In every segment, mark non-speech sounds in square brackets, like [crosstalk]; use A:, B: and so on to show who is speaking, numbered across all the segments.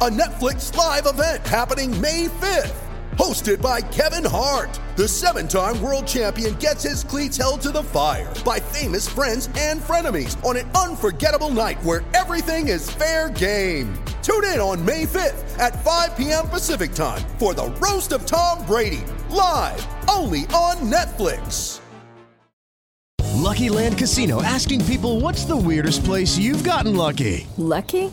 A: a Netflix live event happening May 5th. Hosted by Kevin Hart, the seven time world champion gets his cleats held to the fire by famous friends and frenemies on an unforgettable night where everything is fair game. Tune in on May 5th at 5 p.m. Pacific time for the Roast of Tom Brady, live only on Netflix.
B: Lucky Land Casino asking people what's the weirdest place you've gotten lucky?
C: Lucky?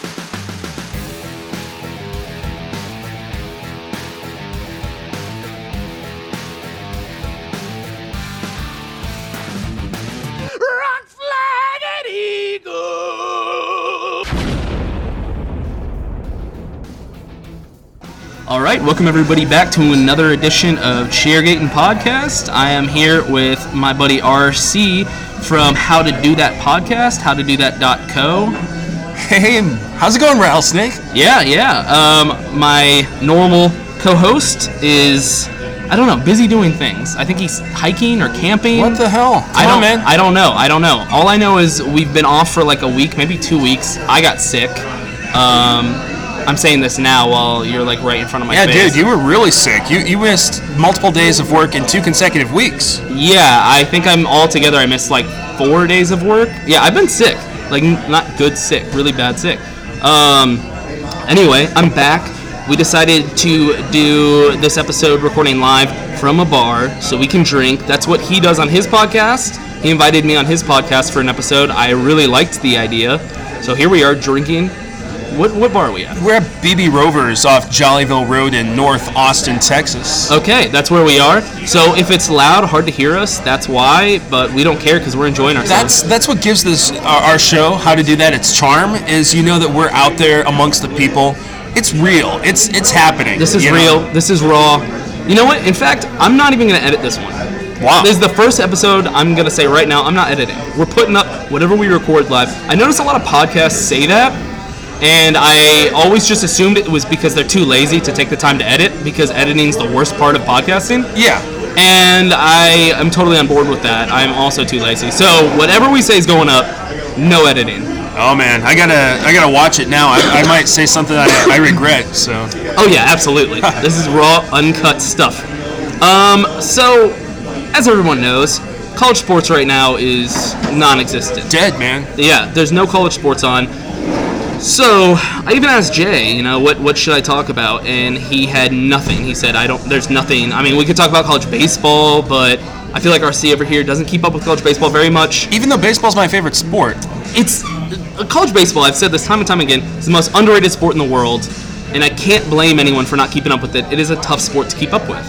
D: All right, welcome everybody back to another edition of Cheergating Podcast. I am here with my buddy RC from How to Do That Podcast, How to Do howtodoThat.co.
E: Hey, and how's it going, Rattlesnake?
D: Yeah, yeah. Um, my normal co-host is I don't know, busy doing things. I think he's hiking or camping.
E: What the hell? Come
D: I don't.
E: on, man.
D: I don't know. I don't know. All I know is we've been off for like a week, maybe two weeks. I got sick. Um, I'm saying this now while you're like right in front of my
E: Yeah,
D: face.
E: dude, you were really sick. You you missed multiple days of work in two consecutive weeks.
D: Yeah, I think I'm all together. I missed like four days of work. Yeah, I've been sick. Like, n- not good sick, really bad sick. Um, anyway, I'm back. We decided to do this episode recording live from a bar so we can drink. That's what he does on his podcast. He invited me on his podcast for an episode. I really liked the idea. So here we are drinking. What, what bar are we at?
E: We're at BB Rovers off Jollyville Road in North Austin, Texas.
D: Okay, that's where we are. So if it's loud, hard to hear us, that's why, but we don't care because we're enjoying ourselves.
E: That's that's what gives this our, our show how to do that its charm is you know that we're out there amongst the people. It's real. It's it's happening.
D: This is
E: you know?
D: real. This is raw. You know what? In fact, I'm not even going to edit this one.
E: Wow.
D: This is the first episode I'm going to say right now. I'm not editing. We're putting up whatever we record live. I notice a lot of podcasts say that, and I always just assumed it was because they're too lazy to take the time to edit because editing's the worst part of podcasting.
E: Yeah.
D: And I am totally on board with that. I'm also too lazy. So whatever we say is going up, no editing.
E: Oh man, I gotta I gotta watch it now. I, I might say something I, I regret. So
D: Oh yeah, absolutely. this is raw, uncut stuff. Um, so, as everyone knows, college sports right now is non-existent.
E: dead, man.
D: Yeah, there's no college sports on. So I even asked Jay, you know, what what should I talk about, and he had nothing. He said, I don't. There's nothing. I mean, we could talk about college baseball, but I feel like RC over here doesn't keep up with college baseball very much
E: Even though baseball's my favorite sport,
D: it's uh, college baseball. I've said this time and time again. It's the most underrated sport in the world, and I can't blame anyone for not keeping up with it. It is a tough sport to keep up with.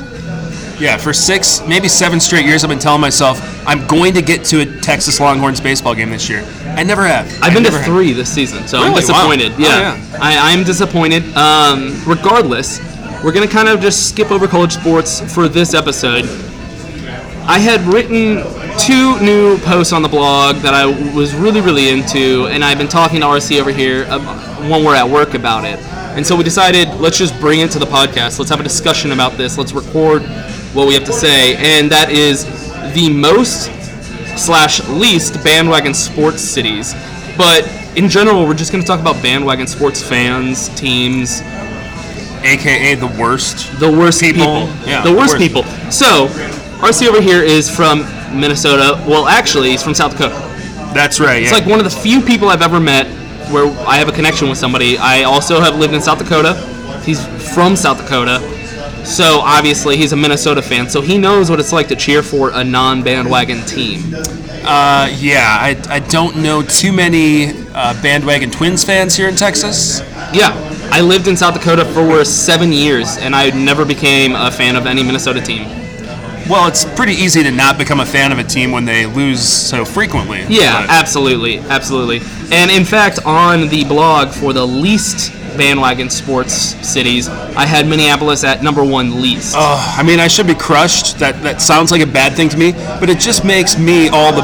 E: Yeah, for six, maybe seven straight years, I've been telling myself I'm going to get to a Texas Longhorns baseball game this year. I never have.
D: I've
E: I
D: been to
E: never have.
D: three this season, so I'm
E: Really? Wow.
D: disappointed.
E: Oh,
D: Yeah,
E: yeah.
D: I, I'm disappointed. Um, regardless, we're gonna kind of just skip over college sports for this episode. I had written two new posts on the blog that I was really, really into, and I've been talking to RC over here um, when we're at work about it. And so we decided, let's just bring it to the podcast. Let's have a discussion about this. Let's record what we have to say. And that is the most slash least bandwagon sports cities. But in general, we're just going to talk about bandwagon sports fans, teams,
E: AKA the worst.
D: the worst people.
E: People. Yeah,
D: the
E: the
D: worst
E: worst.
D: people. So,
E: RC over here is from Minnesota. Well, actually, he's from South Dakota.
D: That's right.
E: It's like one of the few people I've ever met where I have a connection with somebody. I also have lived in South Dakota. He's from South Dakota. So obviously he's a Minnesota fan, so he knows what it's like to cheer for a non-bandwagon team.
D: Uh, yeah, I, I don't know too many uh, bandwagon Twins fans here in Texas.
E: Yeah, I lived in South Dakota for seven years, and I never became a fan of any Minnesota team.
D: Well, it's pretty easy to not become a fan of a team when they lose so frequently.
E: Yeah, absolutely, absolutely. And in fact, on the blog for the least bandwagon sports cities, I had Minneapolis at number one least.
D: Oh, I mean, I should be crushed. That that sounds like a bad thing to me, but it just makes me all the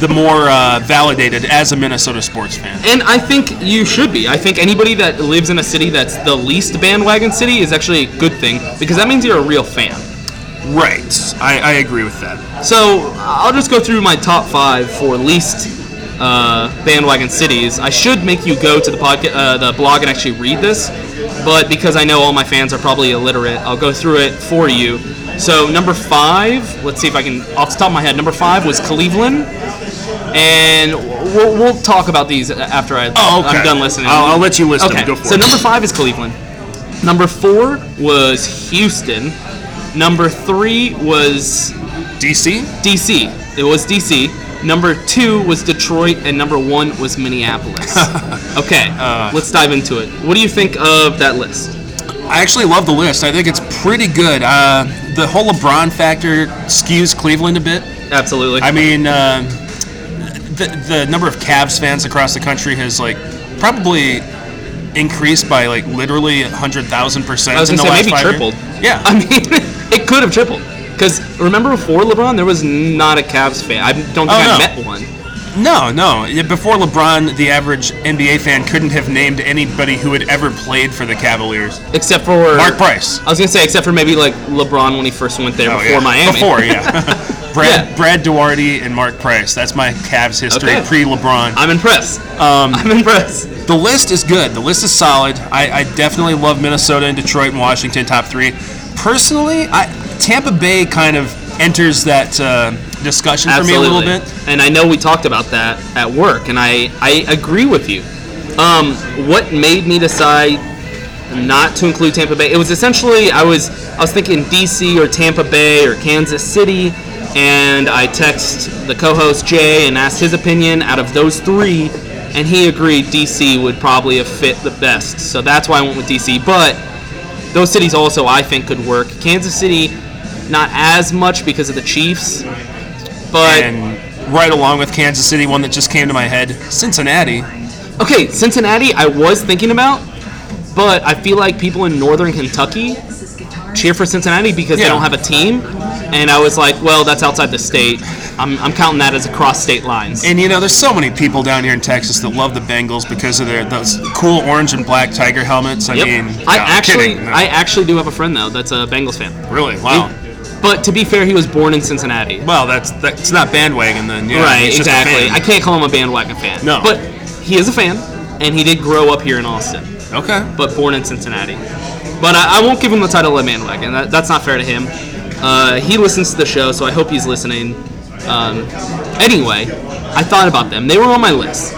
D: the more uh, validated as a Minnesota sports fan.
E: And I think you should be. I think anybody that lives in a city that's the least bandwagon city is actually a good thing because that means you're a real fan.
D: Right. I, I agree with that.
E: So I'll just go through my top five for least uh, bandwagon cities. I should make you go to the podcast, uh, the blog, and actually read this, but because I know all my fans are probably illiterate, I'll go through it for you. So number five, let's see if I can off the top of my head. Number five was Cleveland, and we'll, we'll talk about these after I,
D: Oh, okay.
E: I'm done listening.
D: I'll- I'll let you list them.
E: okay.
D: Go for
E: so
D: it.
E: number five is Cleveland. Number four was Houston. Number three was
D: DC.
E: DC. It was DC. Number two was Detroit, and number one was
D: [laughs]
E: Minneapolis. okay,
D: Uh,
E: let's dive into it. What do you think of that list?
D: I actually love the list. I think it's pretty good. Uh, the whole LeBron factor skews Cleveland a bit.
E: Absolutely.
D: I mean, uh, the the number of Cavs fans across the country has like probably increased by like literally hundred thousand percent.
E: I was
D: in
E: gonna
D: the
E: say
D: last
E: maybe
D: five years.
E: tripled.
D: Yeah,
E: [laughs] I mean, it could have tripled. Because remember before LeBron, there was not a Cavs fan. I don't think
D: Oh,
E: I
D: no.
E: met one.
D: No, no. Yeah, Before LeBron, the average NBA fan couldn't have named anybody who had ever played for the Cavaliers.
E: Except for
D: Mark Price. Oh,
E: I was gonna say, except for maybe like LeBron when he first went there before
D: yeah.
E: Miami.
D: Before, [laughs] yeah. Brad,
E: Yeah.
D: Brad Duarte and Mark Price. That's my Cavs history
E: Okay.
D: pre LeBron.
E: [laughs] I'm impressed.
D: Um,
E: [laughs] I'm impressed.
D: the list is good. The list is solid. I, I definitely love Minnesota and Detroit and Washington top three. Personally, I Tampa Bay kind of enters that uh, discussion for me a little bit.
E: And I know we talked about that at work, and I, I agree with you. Um, what made me decide not to include Tampa Bay? It was essentially I was I was thinking DC or Tampa Bay or Kansas City, and I text the co-host Jay and asked his opinion out of those three, and he agreed DC would probably have fit the best. So that's why I went with DC, but those cities also I think could work. Kansas City, not as much because of the Chiefs, but
D: And right along with Kansas City, one that just came to my head, Cincinnati.
E: okay, Cincinnati I was thinking about, but I feel like people in Northern Kentucky cheer for Cincinnati because
D: Yeah.
E: they don't have a team, and I was like, well, that's outside the state. I'm, I'm counting that as across state lines.
D: And you know, there's so many people down here in Texas that love the Bengals because of their those cool orange and black tiger helmets. I
E: Yep.
D: mean,
E: I
D: no, I'm
E: actually,
D: kidding. No.
E: I actually do have a friend though that's a Bengals fan.
D: really wow.
E: But to be fair, he was born in Cincinnati.
D: well, that's that's not bandwagon then. Yeah,
E: right,
D: he's just a
E: exactly.
D: fan.
E: I can't call him a bandwagon fan.
D: No.
E: But he is a fan, and he did grow up here in Austin,
D: okay.
E: but born in Cincinnati. But I, I won't give him the title of bandwagon. That, that's not fair to him. Uh, he listens to the show, so I hope he's listening. Um, anyway, I thought about them. They were on my list.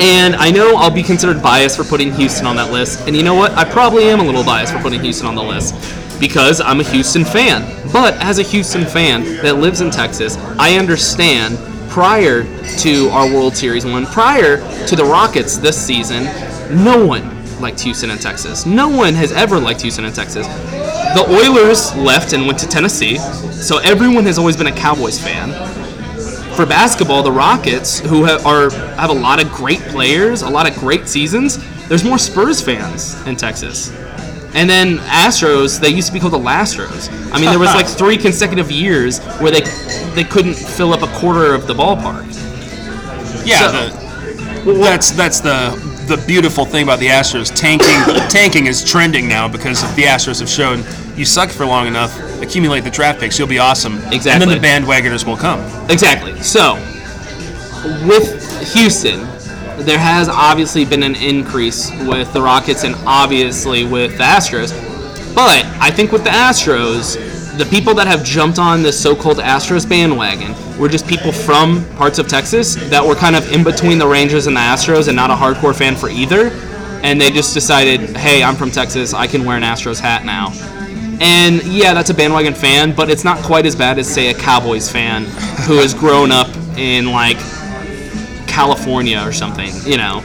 E: And I know I'll be considered biased for putting Houston on that list. And you know what? I probably am a little biased for putting Houston on the list because I'm a Houston fan. But as a Houston fan that lives in Texas, I understand prior to our World Series one, prior to the Rockets this season, no one liked Houston and Texas. No one has ever liked Houston and Texas. The Oilers left and went to Tennessee, so everyone has always been a Cowboys fan for basketball, the Rockets, who ha- are have a lot of great players, a lot of great seasons. There's more Spurs fans in Texas, and then Astros. They used to be called the Lastros. I mean, there was like three consecutive years where they they couldn't fill up a quarter of the ballpark.
D: Yeah,
E: So-
D: the- that's that's the the beautiful thing about the Astros. Tanking [coughs] tanking is trending now because if the Astros have shown you suck for long enough, accumulate the draft picks, you'll be awesome. And then
E: Exactly.
D: the bandwagoners will come.
E: Exactly. So, with Houston, there has obviously been an increase with the Rockets and obviously with the Astros. But I think with the Astros, the people that have jumped on this so-called Astros bandwagon were just people from parts of Texas that were kind of in between the Rangers and the Astros and not a hardcore fan for either. And they just decided, hey, I'm from Texas, I can wear an Astros hat now. And yeah, that's a bandwagon fan, but it's not quite as bad as say a Cowboys fan who has grown up in like California or something, you know.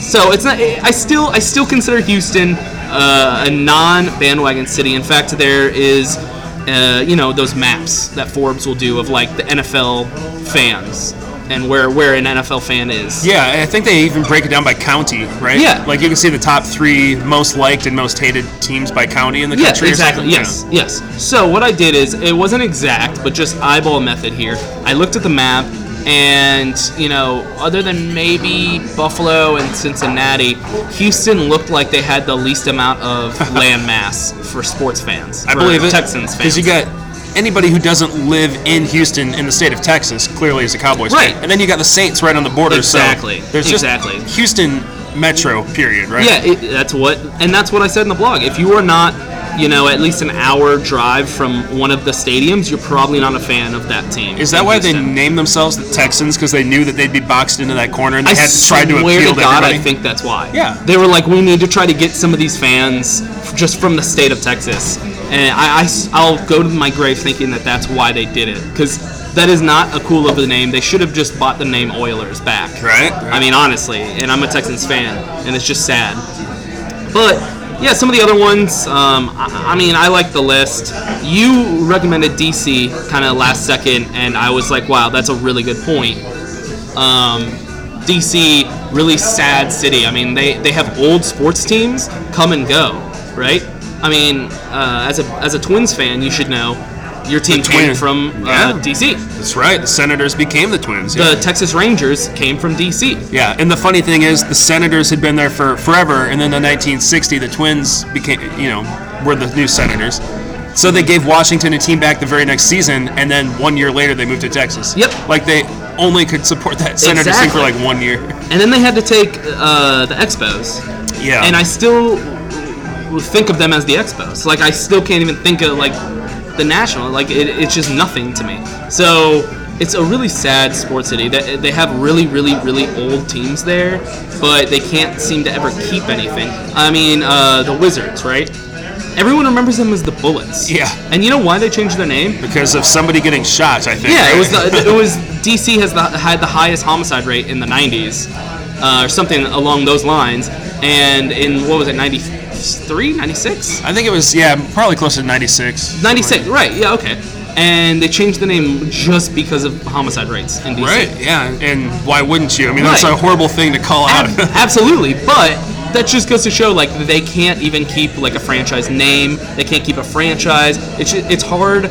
E: So it's not. I still I still consider Houston uh, a non-bandwagon city. In fact, there is, uh, you know, those maps that Forbes will do of like the NFL fans and where where an NFL fan is.
D: Yeah, and I think they even break it down by county, right?
E: Yeah.
D: Like you can see the top three most liked and most hated teams by county in the
E: Yes,
D: country. or
E: exactly.
D: something, you
E: Yes,
D: know.
E: yes. So what I did is it wasn't exact, but just eyeball method here. I looked at the map, and you know, other than maybe Buffalo and Cincinnati, Houston looked like they had the least amount
D: [laughs]
E: of land mass for sports fans.
D: I
E: for
D: believe it.
E: Texans fans.
D: Because you got anybody who doesn't live in Houston in the state of Texas clearly is a Cowboys
E: Right.
D: fan. And then you got the Saints right on the border. so
E: Exactly.
D: there's just
E: Exactly.
D: Houston metro period, right?
E: Yeah, it, that's what, and that's what I said in the blog. If you are not, you know, at least an hour drive from one of the stadiums, you're probably not a fan of that team.
D: Is that
E: in
D: why they
E: Houston.
D: named themselves the Texans? Because they knew that they'd be boxed into that corner and they
E: I
D: had tried to
E: swear
D: appeal
E: to God,
D: everybody?
E: I think that's why.
D: Yeah.
E: They were like, we need to try to get some of these fans f- just from the state of Texas. And I, will go to my grave thinking that that's why they did it. Because that is not a cool of a name. They should have just bought the name Oilers back.
D: Right, right.
E: I mean, honestly. And I'm a Texans fan, and it's just sad. But yeah, some of the other ones. Um, I, I mean, I like the list. You recommended DC kind of last second, and I was like, wow, that's a really good point. Um, DC, really sad city. I mean, they, they have old sports teams come and go, right? I mean, uh, as a as a Twins fan, you should know your team came
D: Twins.
E: from
D: Yeah.
E: uh, DC.
D: That's right. The Senators became the Twins. Yeah.
E: The Texas Rangers came from DC.
D: yeah. And the funny thing is, the Senators had been there for forever, and then in 1960, the Twins became, you know, were the new Senators. So they gave Washington a team back the very next season, and then one year later they moved to Texas.
E: Yep.
D: Like they only could support that Senators team for
E: Exactly.
D: like one year. [laughs]
E: And then they had to take uh, the Expos.
D: Yeah.
E: And I still will think of them as the Expos. Like I still can't even think of like the National. Like it, it's just nothing to me. So it's a really sad sports city. They, they have really, really, really old teams there, but they can't seem to ever keep anything. I mean, uh, the Wizards, right? Everyone remembers them as the Bullets.
D: Yeah.
E: And you know why they changed their name?
D: because of somebody getting shot, I think.
E: Yeah, it
D: [laughs]
E: was
D: right?
E: the, it was DC has the, had the highest homicide rate in the 90s, uh, or something along those lines. And in what was it, 93, 96,
D: I think it was yeah, probably close to 96.
E: 96, right? Yeah, okay. And they changed the name just because of homicide rates in DC.
D: Right. Yeah. And why wouldn't you? I mean, that's
E: Right.
D: a horrible thing to call out.
E: Ab- absolutely, but that just goes to show like they can't even keep like a franchise name. They can't keep a franchise. It's ju- it's hard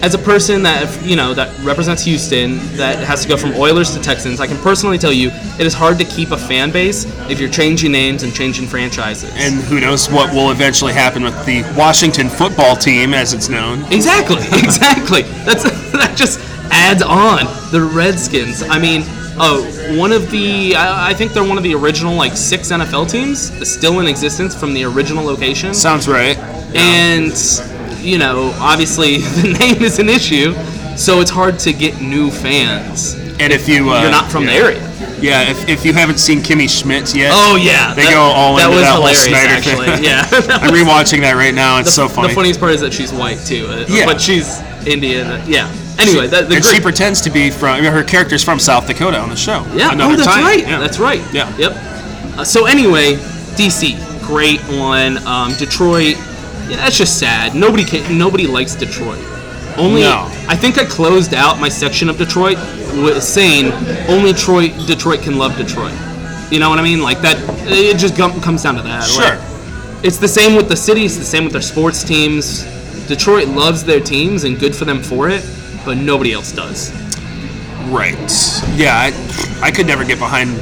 E: as a person that you know that represents Houston, that has to go from Oilers to Texans, I can personally tell you it is hard to keep a fan base if you're changing names and changing franchises.
D: and [laughs] who knows what will eventually happen with the Washington football team, as it's known.
E: Exactly, [laughs] exactly. That's [laughs] that just adds on the Redskins. I mean, oh, one of the I, I think they're one of the original like six NFL teams that's still in existence from the original location.
D: Sounds right.
E: And you know, obviously [laughs] the name is an issue, so it's hard to get new fans.
D: And if you uh,
E: You're not from the
D: yeah.
E: area.
D: yeah, if, if you haven't seen Kimmy Schmidt yet,
E: Oh yeah,
D: they go all
E: that
D: into
E: was
D: that whole
E: hilarious.
D: Snyder
E: actually,
D: thing.
E: yeah. That
D: [laughs] I'm
E: was-
D: rewatching that right now.
E: [laughs]
D: It's
E: the,
D: so funny.
E: The funniest part is that she's white too. uh,
D: Yeah.
E: but she's Indian. uh, Yeah. Anyway, that, the
D: and
E: great,
D: she pretends to be from. I mean, her character's from South Dakota on the show.
E: Yeah.
D: Another
E: oh, that's
D: time.
E: right.
D: Yeah.
E: That's right.
D: Yeah.
E: Yep. Uh, so anyway, DC, great one. Um, Detroit, yeah, that's just sad. Nobody can, nobody likes Detroit. Only
D: No.
E: I think I closed out my section of Detroit with saying only Detroit Detroit can love Detroit. You know what I mean? Like that. It just gum- comes down to that.
D: Sure.
E: Like, it's the same with the city. It's the same with their sports teams. Detroit loves their teams and good for them for it, but nobody else does.
D: Right. Yeah, I, I could never get behind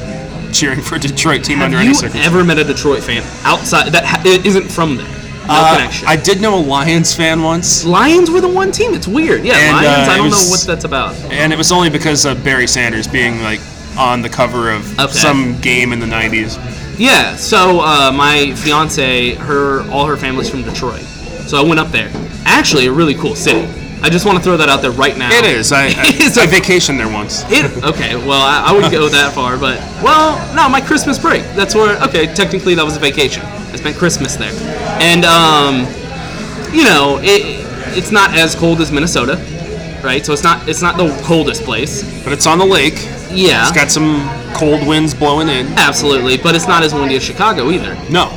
D: cheering for a Detroit team
E: Have
D: under
E: you
D: any circumstances.
E: ever met a Detroit fan outside that ha- it isn't from there? No
D: Uh,
E: connection.
D: I did know a Lions fan once.
E: Lions were the one team. It's weird. Yeah,
D: And,
E: Lions.
D: uh,
E: I
D: it
E: don't
D: was-
E: know what that's about.
D: And it was only because of Barry Sanders being like on the cover of
E: Okay.
D: some game in the 90s.
E: Yeah. So uh, my fiance, her all her family's from Detroit. So I went up there. Actually, a really cool city. I just want to throw that out there right now.
D: It is. I, I,
E: [laughs] It's
D: I vacationed there once.
E: It, okay, well, I, I wouldn't go that far, but well, no, my Christmas break. That's where. Okay, technically that was a vacation. I spent Christmas there, and um, you know, it it's not as cold as Minnesota, right? So it's not it's not the coldest place,
D: but it's on the lake.
E: Yeah,
D: It's got some cold winds blowing in.
E: Absolutely, but it's not as windy as Chicago either.
D: No.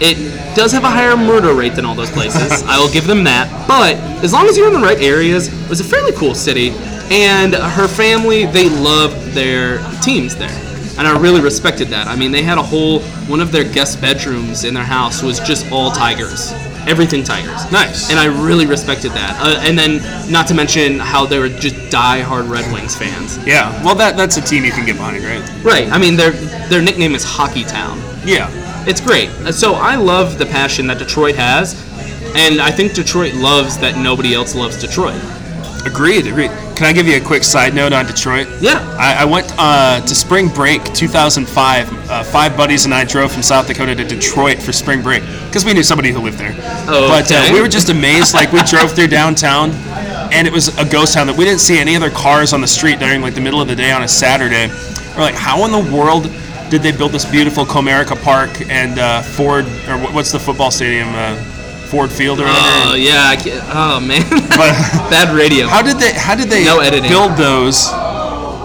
E: It does have a higher murder rate than all those places. I will give them that. But as long as you're in the right areas, it was a fairly cool city. And her family, they love their teams there. And I really respected that. I mean, they had a whole one of their guest bedrooms in their house was just all Tigers. Everything Tigers.
D: Nice.
E: And I really respected that. Uh, and then, not to mention how they were just die-hard Red Wings fans.
D: Yeah. Well, that that's a team you can get behind, right?
E: Right. I mean, their their nickname is Hockey Town.
D: Yeah.
E: It's great. Uh, So I love the passion that Detroit has, and I think Detroit loves that nobody else loves Detroit.
D: Agreed, agreed. Can I give you a quick side note on Detroit?
E: Yeah.
D: I, I went uh, to spring break 2005. Uh, five buddies and I drove from South Dakota to Detroit for spring break because we knew somebody who lived there.
E: Oh,
D: But uh,
E: okay.
D: we were just amazed. Like we drove through downtown, and it was a ghost town that we didn't see any other cars on the street during like the middle of the day on a Saturday. We're like, how in the world did they build this beautiful Comerica Park and uh, Ford or wh- what's the football stadium? Uh, Ford Field or whatever.
E: Oh yeah. I ca- oh man. [laughs] Bad radio.
D: How did they? How did they
E: No editing.
D: build those?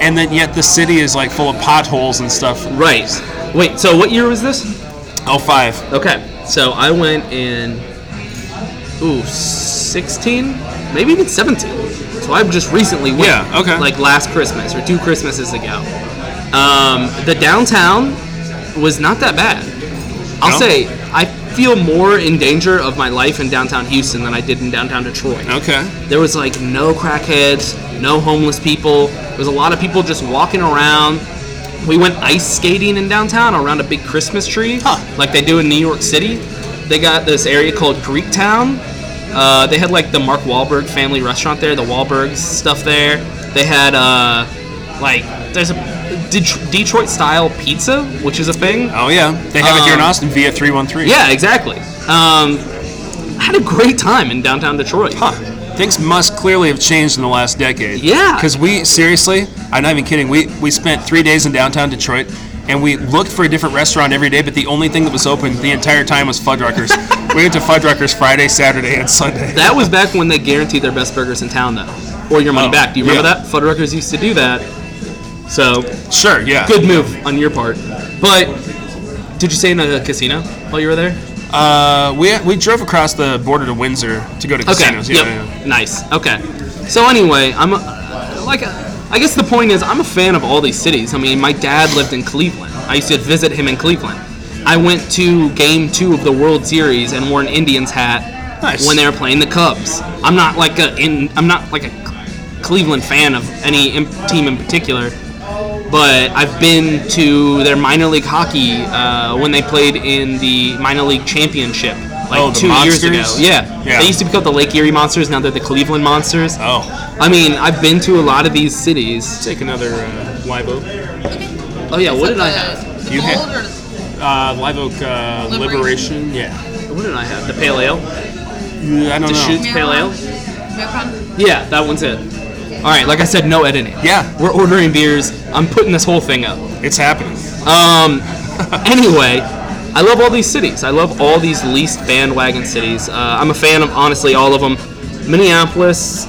D: And then yet the city is like full of potholes and stuff.
E: Right. Wait. So what year was this?
D: Oh five.
E: Okay. So I went in. Ooh, sixteen, maybe even seventeen. So I've just recently went.
D: Yeah, okay.
E: Like last Christmas or two Christmases ago. Um, the downtown was not that bad. I'll
D: No?
E: say I feel more in danger of my life in downtown Houston than I did in downtown Detroit.
D: Okay.
E: There was like no crackheads, no homeless people. There was a lot of people just walking around. We went ice skating in downtown around a big Christmas tree, like they do in New York City. They got this area called Greektown. Uh, they had like the Mark Wahlberg family restaurant there, the Wahlbergs stuff there. They had uh, like there's a Det- Detroit style pizza, which is a thing.
D: Oh yeah, They have it here in Austin via 313.
E: Um, Yeah, exactly. Um, I had a great time in downtown Detroit.
D: Things must clearly have changed in the last decade.
E: Yeah.
D: Because we seriously, I'm not even kidding. We we spent three days in downtown Detroit, and we looked for a different restaurant every day. But the only thing that was open the entire time was
E: [laughs]
D: Fuddruckers. we went to Fuddruckers Friday, Saturday, and Sunday.
E: That was back when they guaranteed their best burgers in town, though, or your money
D: Oh,
E: back. Do you remember
D: yeah.
E: that? Fuddruckers used to do that. So
D: sure, yeah,
E: good move on your part. But did you stay in a casino while you were there?
D: Uh, we we drove across the border to Windsor to go to casinos.
E: Okay.
D: Yeah,
E: yep. Nice. Okay. So anyway, I'm a, like, I guess the point is, I'm a fan of all these cities. I mean, my dad lived in Cleveland. I used to visit him in Cleveland. I went to Game Two of the World Series and wore an Indians hat
D: Nice.
E: when they were playing the Cubs. I'm not like a in, I'm not like a Cleveland fan of any im- team in particular. But I've been to their minor league hockey uh, when they played in the minor league championship like
D: Oh, the
E: two years ago.
D: Monsters?
E: Yeah.
D: Yeah.
E: They used to be called the Lake Erie Monsters, now they're the Cleveland Monsters.
D: Oh.
E: I mean, I've been to a lot of these cities.
D: Take another uh, live oak.
E: Oh, yeah, what did I have?
D: You had uh, live oak uh, liberation. Yeah.
E: What did I have? The pale ale?
D: I don't
E: the
D: know.
E: Schutz pale ale? Yeah, that one's it. All right, like I said, no editing.
D: Yeah.
E: We're ordering beers. I'm putting this whole thing up.
D: It's happening.
E: Um. anyway, I love all these cities. I love all these least bandwagon cities. Uh, I'm a fan of honestly all of them. Minneapolis.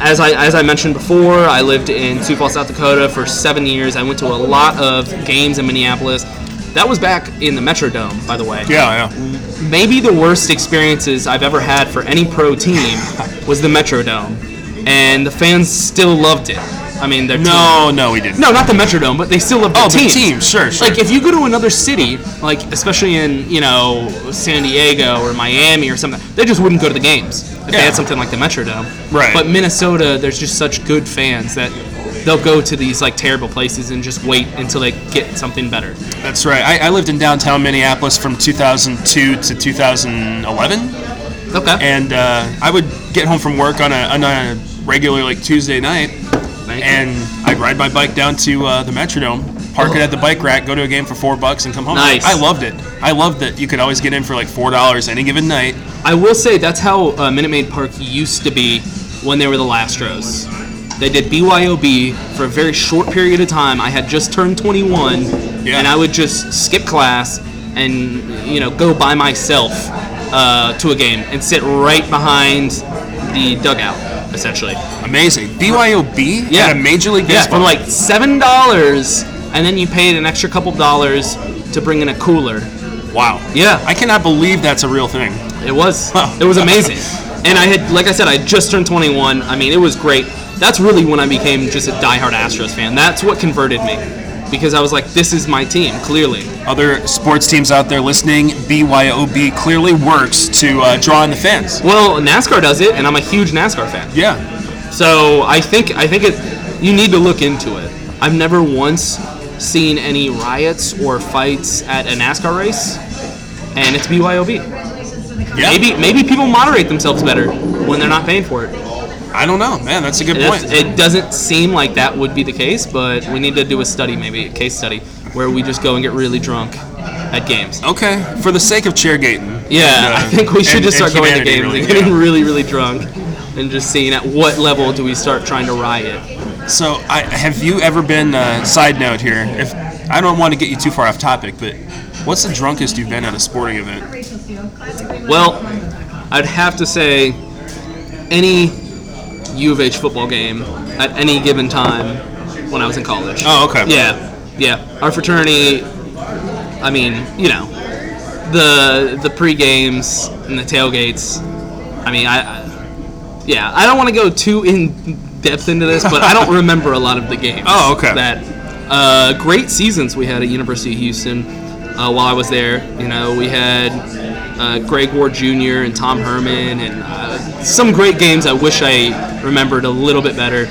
E: As I, as I mentioned before, I lived in Sioux Falls, South Dakota for seven years. I went to a lot of games in Minneapolis. That was back in the Metrodome, by the way.
D: Yeah, yeah.
E: Maybe the worst experiences I've ever had for any pro team was the Metrodome, and the fans still loved it. I mean, their
D: No,
E: team.
D: no, we didn't.
E: No, not the Metrodome, but they still loved the
D: Oh, the
E: team.
D: team, sure, sure.
E: Like if you go to another city, like especially in you know San Diego or Miami or something, they just wouldn't go to the games. if they
D: Yeah.
E: had something like the Metrodome.
D: Right.
E: But Minnesota, there's just such good fans that they'll go to these like terrible places and just wait until they get something better.
D: That's right. I, I lived in downtown Minneapolis from 2002 to 2011.
E: Okay.
D: And uh, I would get home from work on a, on a regular like Tuesday night, and I'd ride my bike down to uh, the Metrodome, park it at the bike rack, go to a game for four bucks, and come home.
E: Oh. Nice.
D: I loved it. I loved that you could always get in for like four dollars any given night.
E: I will say that's how uh, Minute Maid Park used to be when they were the Lastros. They did BYOB for a very short period of time. I had just turned 21, and I would just skip class and you know go by myself uh, to a game and sit right behind the dugout, essentially.
D: Amazing BYOB
E: yeah.
D: at a major league
E: yeah,
D: baseball.
E: from like seven dollars, and then you paid an extra couple dollars to bring in a cooler.
D: Wow.
E: Yeah.
D: I cannot believe that's a real thing.
E: It was. It was amazing. And I had, like I said, I just turned 21. I mean, it was great. That's really when I became just a diehard Astros fan. That's what converted me, because I was like, this is my team. Clearly,
D: Other sports teams out there listening, BYOB clearly works to uh, draw in the fans.
E: Well, NASCAR does it, and I'm a huge NASCAR fan.
D: Yeah.
E: So I think I think it. You need to look into it. I've never once seen any riots or fights at a NASCAR race, and it's BYOB.
D: Yeah.
E: Maybe maybe people moderate themselves better when they're not paying for it.
D: I don't know, man. That's a good
E: It's-
D: point.
E: It doesn't seem like that would be the case, but we need to do a study, maybe a case study, where we just go and get really drunk at games.
D: Okay, for the sake of chairgating.
E: Yeah, [laughs]
D: and,
E: I
D: uh,
E: think we should
D: and-
E: just
D: and
E: start going to
D: humanity,
E: games
D: really,
E: and getting
D: yeah.
E: really, really drunk, and just seeing at what level do we start trying to riot.
D: So, I, have you ever been? Uh, side note here, if I don't want to get you too far off topic, but what's the drunkest you've been at a sporting event?
E: Well, I'd have to say any U of H football game at any given time when I was in college.
D: Oh, okay.
E: Yeah, yeah. Our fraternity, I mean, you know, the the pre games and the tailgates. I mean, I, I yeah. I don't want to go too in depth into this, but I
D: [laughs]
E: don't remember a lot of the games.
D: Oh, okay.
E: That uh, great seasons we had at University of Houston uh, while I was there. You know, we had uh, Greg Ward Jr. and Tom Herman, and uh, some great games. I wish I remembered a little bit better.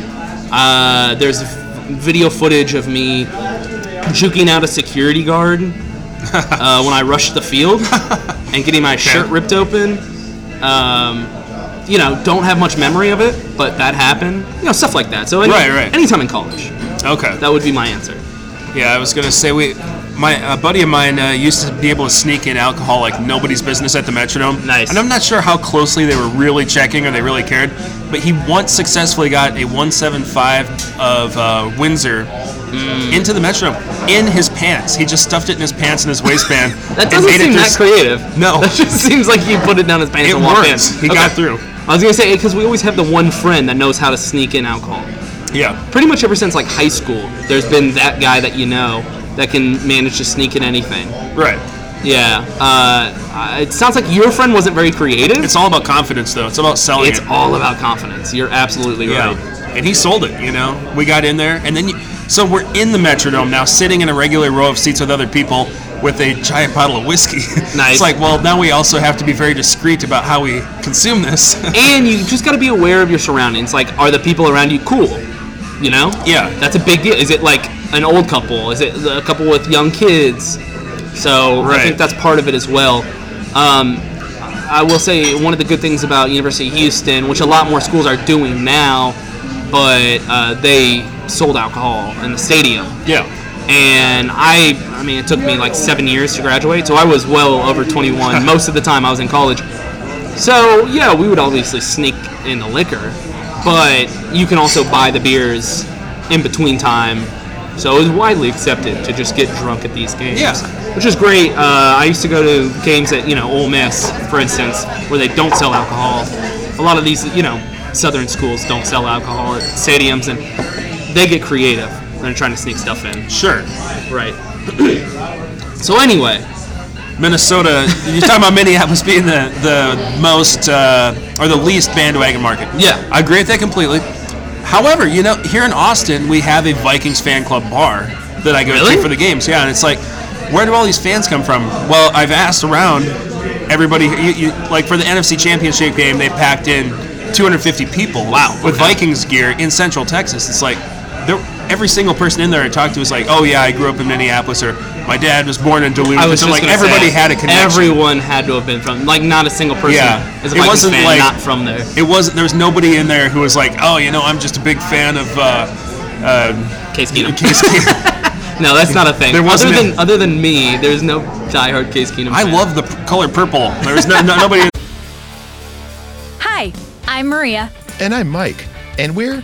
E: Uh, there's v- video footage of me juking out a security
D: [laughs]
E: guard uh, when I rushed the field and getting my shirt ripped open. Um, you know, don't have much memory of it, but that happened. You know, stuff like that. So any,
D: Right, right.
E: anytime in college.
D: Okay.
E: That would be my answer.
D: Yeah, I was gonna say we. My a buddy of mine uh, used to be able to sneak in alcohol like nobody's business at the Metronome. Nice. And I'm not sure how closely they were really checking or they really cared, but he once successfully got a 175 of uh, Windsor
E: Mm.
D: into the Metronome in his pants. He just stuffed it in his pants and his waistband.
E: [laughs] That
D: and
E: doesn't
D: made it
E: seem that
D: just-
E: creative.
D: No.
E: [laughs] That just seems like you put it down his pants
D: It
E: and walked
D: works.
E: in.
D: He got through.
E: I was gonna say because we always have the one friend that knows how to sneak in alcohol.
D: Yeah.
E: Pretty much ever since like high school, there's been that guy that you know that can manage to sneak in anything.
D: Right.
E: Yeah. Uh, it sounds like your friend wasn't very creative. It's
D: all about confidence, though. It's about selling.
E: It's all about confidence. You're absolutely
D: yeah.
E: right.
D: And he sold it, you know. We got in there, and then you, so we're in the Metrodome now, sitting in a regular row of seats with other people with a giant bottle of whiskey. [laughs] Nice. it's like, well, now we also have to be very discreet about how we consume this. [laughs]
E: and you just got to be aware of your surroundings. Like, are the people around you cool? You know?
D: Yeah.
E: That's a big deal. Is it like an old couple? Is it a couple with young kids? So I think that's part of it as well. Um, I will say one of the good things about University of Houston, which a lot more schools are doing now, but uh, they sold alcohol in the stadium.
D: Yeah.
E: And I, I mean, it took me like seven years to graduate, so I was well over 21 most of the time I was in college. So yeah, we would obviously sneak in the liquor, but you can also buy the beers in between time. So it was widely accepted to just get drunk at these games.
D: Yeah.
E: Which is great. Uh, I used to go to games at you know Ole Miss, for instance, where they don't sell alcohol. A lot of these you know Southern schools don't sell alcohol at stadiums, and they get creative. when They're trying to sneak stuff in.
D: Sure.
E: Right. so anyway,
D: Minnesota. You're talking about Minneapolis being the the most uh, or the least bandwagon market.
E: Yeah.
D: I agree with that completely. However, you know, here in Austin, we have a Vikings fan club bar that I go
E: Really?
D: to for the games. Yeah, and it's like, where do all these fans come from? Well, I've asked around, everybody, you, you, like for the NFC Championship game, they packed in 250 people. Wow. With Vikings gear in Central Texas, it's like there- every single person in there I talked to was like, "Oh yeah, I grew up in Minneapolis," or "My dad was born in Duluth."
E: I was
D: so
E: just
D: like
E: gonna
D: everybody
E: say,
D: had a connection.
E: Everyone had to have been from like not a single person.
D: yeah,
E: is a Vikings fan not from there.
D: It wasn't. There was nobody in there who was like, "Oh, you know, I'm just a big fan of." Uh, uh,
E: Case Keenum.
D: [laughs] Case
E: [laughs] no, that's not a thing.
D: There
E: other
D: wasn't a-
E: than other than me, there's no diehard Case Keenum.
D: I
E: fan.
D: love the p- color purple. There was no, no, nobody.
F: Hi, I'm Maria.
G: And I'm Mike, and we're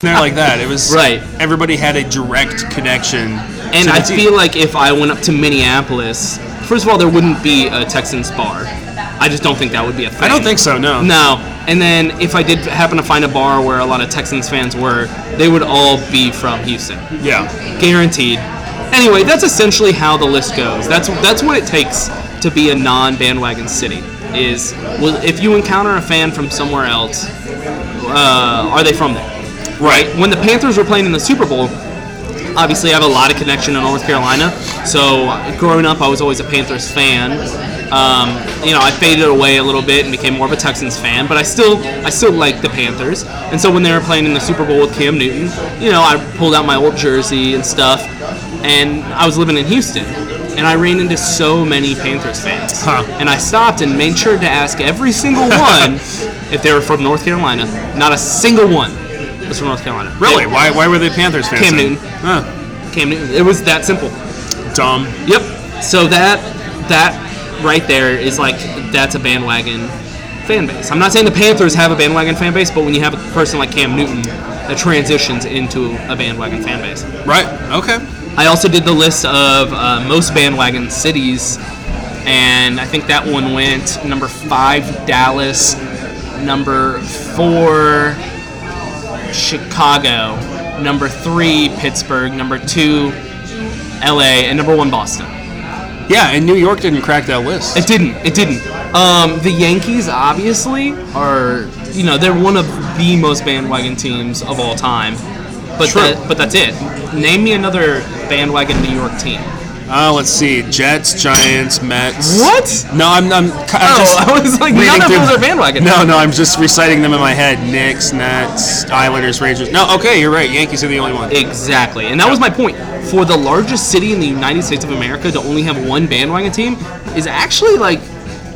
D: there like that. It was
E: Right.
D: Everybody had a direct connection, e
E: And I feel like if I went up to Minneapolis, first of all, there wouldn't be a Texans bar. I just don't think that would be a thing.
D: I don't think so. No.
E: No. And then if I did happen to find a bar where a lot of Texans fans were, they would all be from Houston.
D: Yeah.
E: Guaranteed. Anyway, that's essentially how the list goes. That's that's what it takes to be a non-bandwagon city. Is well, if you encounter a fan from somewhere else, uh, are they from there? Right. When the Panthers were playing in the Super Bowl, obviously I have a lot of connection in North Carolina. So growing up, I was always a Panthers fan. Um, you know, I faded away a little bit and became more of a Texans fan, but I still I still liked the Panthers. And so when they were playing in the Super Bowl with Cam Newton, you know, I pulled out my old jersey and stuff. And I was living in Houston, and I ran into so many Panthers fans. And I stopped and made sure to ask every single one if they were from North Carolina. Not a single one was from North Carolina.
D: Really?
E: They-
D: Why? Why were they Panthers fans?
E: Cam
D: then?
E: Newton. Cam Newton. It was that simple.
D: Dumb.
E: Yep. So that that right there is like that's a bandwagon fan base. I'm not saying the Panthers have a bandwagon fan base, but when you have a person like Cam Newton that transitions into a bandwagon fan base.
D: Right. Okay.
E: I also did the list of uh, most bandwagon cities, and I think that one went number five, Dallas, number four, Chicago, number three, Pittsburgh, number two, LA, and number one, Boston.
D: Yeah, and New York didn't crack that list.
E: It didn't. It didn't. Um, the Yankees, obviously, are you know they're one of the most bandwagon teams of all time. But
D: True.
E: that, but that's it. Name me another bandwagon New York team.
D: Uh, let's see. Jets, Giants, Mets.
E: What?
D: No, I'm. I'm, I'm
E: Oh, [laughs]
D: just
E: I was like, none
D: reading
E: of
D: through-
E: those are bandwagon.
D: No, no, I'm just reciting them in my head. Knicks, Nets, Islanders, Rangers. No, okay, you're right. Yankees are the only one.
E: Exactly, and that was my point. For the largest city in the United States of America to only have one bandwagon team is actually like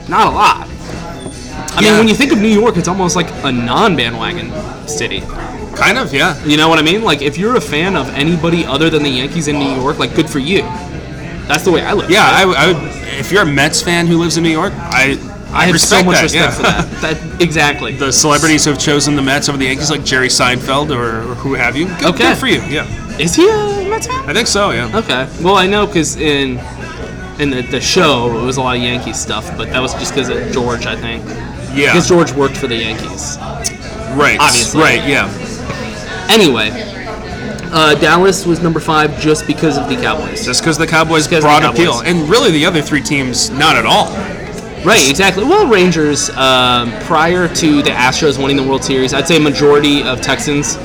E: not a lot. I mean,
D: Yeah.
E: when you think of New York, it's almost like a non-bandwagon city.
D: Kind of, yeah.
E: You know what I mean? Like, if you're a fan of anybody other than the Yankees in New York, like, good for you. That's the way I live.
D: Yeah, I, would- I would. If you're a Mets fan who lives in New York, I. I,
E: I have so
D: respect
E: much
D: that,
E: respect
D: yeah.
E: for that. that. Exactly.
D: [laughs] The celebrities who have chosen the Mets over the Yankees, like Jerry Seinfeld or, or who have you. Good,
E: Okay.
D: good for you. Yeah,
E: Is he a Mets fan?
D: I think so. Yeah.
E: Okay. Well, I know because in in the, the show it was a lot of Yankee stuff, but that was just because of George, I think.
D: Yeah.
E: Because George worked for the Yankees.
D: Right.
E: Obviously.
D: Right. Yeah.
E: Anyway, uh, Dallas was number five just because of the Cowboys.
D: Just because the Cowboys broad appeal, and really the other three teams, not at all.
E: Right, exactly. Well, Rangers, um, prior to the Astros winning the World Series, I'd say majority of Texans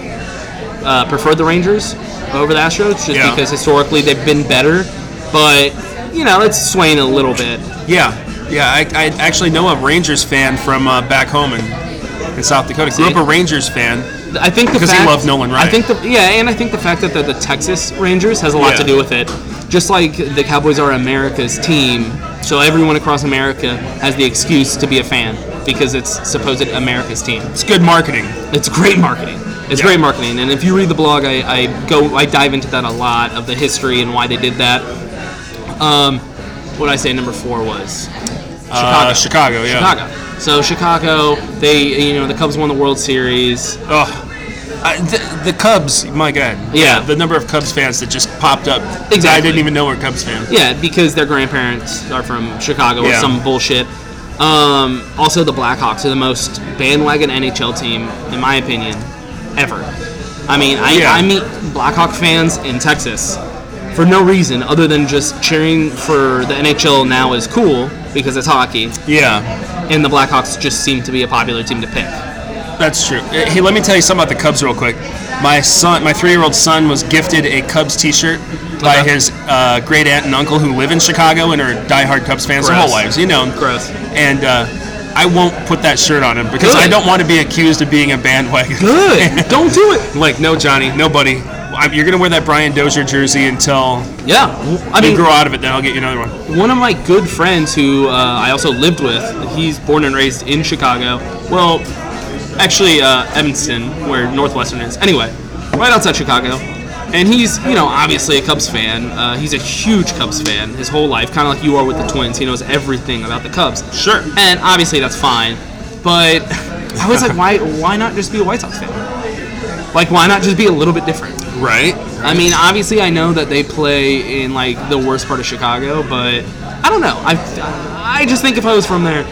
E: uh, preferred the Rangers over the Astros just
D: Yeah.
E: because historically they've been better. But, you know, it's swaying a little bit.
D: Yeah, yeah. I, I actually know a Rangers fan from uh, back home in, in South Dakota. Grew up a Rangers fan.
E: I think the
D: because
E: fact-
D: he loved Nolan Ryan.
E: I think the yeah, and I think the fact that they're the Texas Rangers has a lot
D: Yeah.
E: to do with it. Just like the Cowboys are America's team, so everyone across America has the excuse to be a fan because it's supposed America's team. It's
D: good marketing.
E: It's great marketing. It's
D: Yeah.
E: great marketing, and if you read the blog, I, I go I dive into that a lot of the history and why they did that. Um, what did I say number four was
D: Uh, Chicago, yeah.
E: Chicago. So Chicago, they you know the Cubs won the World Series.
D: Ugh. I, the, the Cubs, my God.
E: Yeah.
D: The number of Cubs fans that just popped up.
E: Exactly.
D: I didn't even know were Cubs fans.
E: Yeah, because their grandparents are from Chicago
D: Yeah.
E: or some bullshit. Um, also, the Blackhawks are the most bandwagon NHL team, in my opinion, ever. I mean, I,
D: Yeah.
E: I meet Blackhawk fans in Texas for no reason other than just cheering for the NHL now is cool because it's hockey.
D: Yeah.
E: And the Blackhawks just seem to be a popular team to pick.
D: That's true. Uh, Hey, let me tell you something about the Cubs real quick. My son, my three-year-old son, was gifted a Cubs T-shirt by
E: Uh-huh.
D: his uh, great aunt and uncle who live in Chicago and are diehard Cubs fans their whole
E: Gross.
D: lives. You know,
E: gross.
D: And uh, I won't put that shirt on him because I
E: Good.
D: don't want to be accused of being a bandwagon.
E: Good. don't do it.
D: [laughs] Like, no, Johnny, no, buddy. I'm- You're gonna wear that Brian Dozier jersey until
E: yeah. I
D: you
E: mean-
D: grow out of it. Then I'll get you another one.
E: One of my good friends who uh, I also lived with, he's born and raised in Chicago. Well, actually, uh, Evanston, where Northwestern is. Anyway, right outside Chicago. And he's, you know, obviously a Cubs fan. Uh, he's a huge Cubs fan his whole life, kind of like you are with the Twins. He knows everything about the Cubs. Sure. And obviously that's fine. But [laughs] I was like, why, why not just be a White Sox fan? Like, why not just be a little bit different?
D: Right.
E: I mean, obviously, I know that they play in like the worst part of Chicago, but I don't know. I, I just think if I was from there,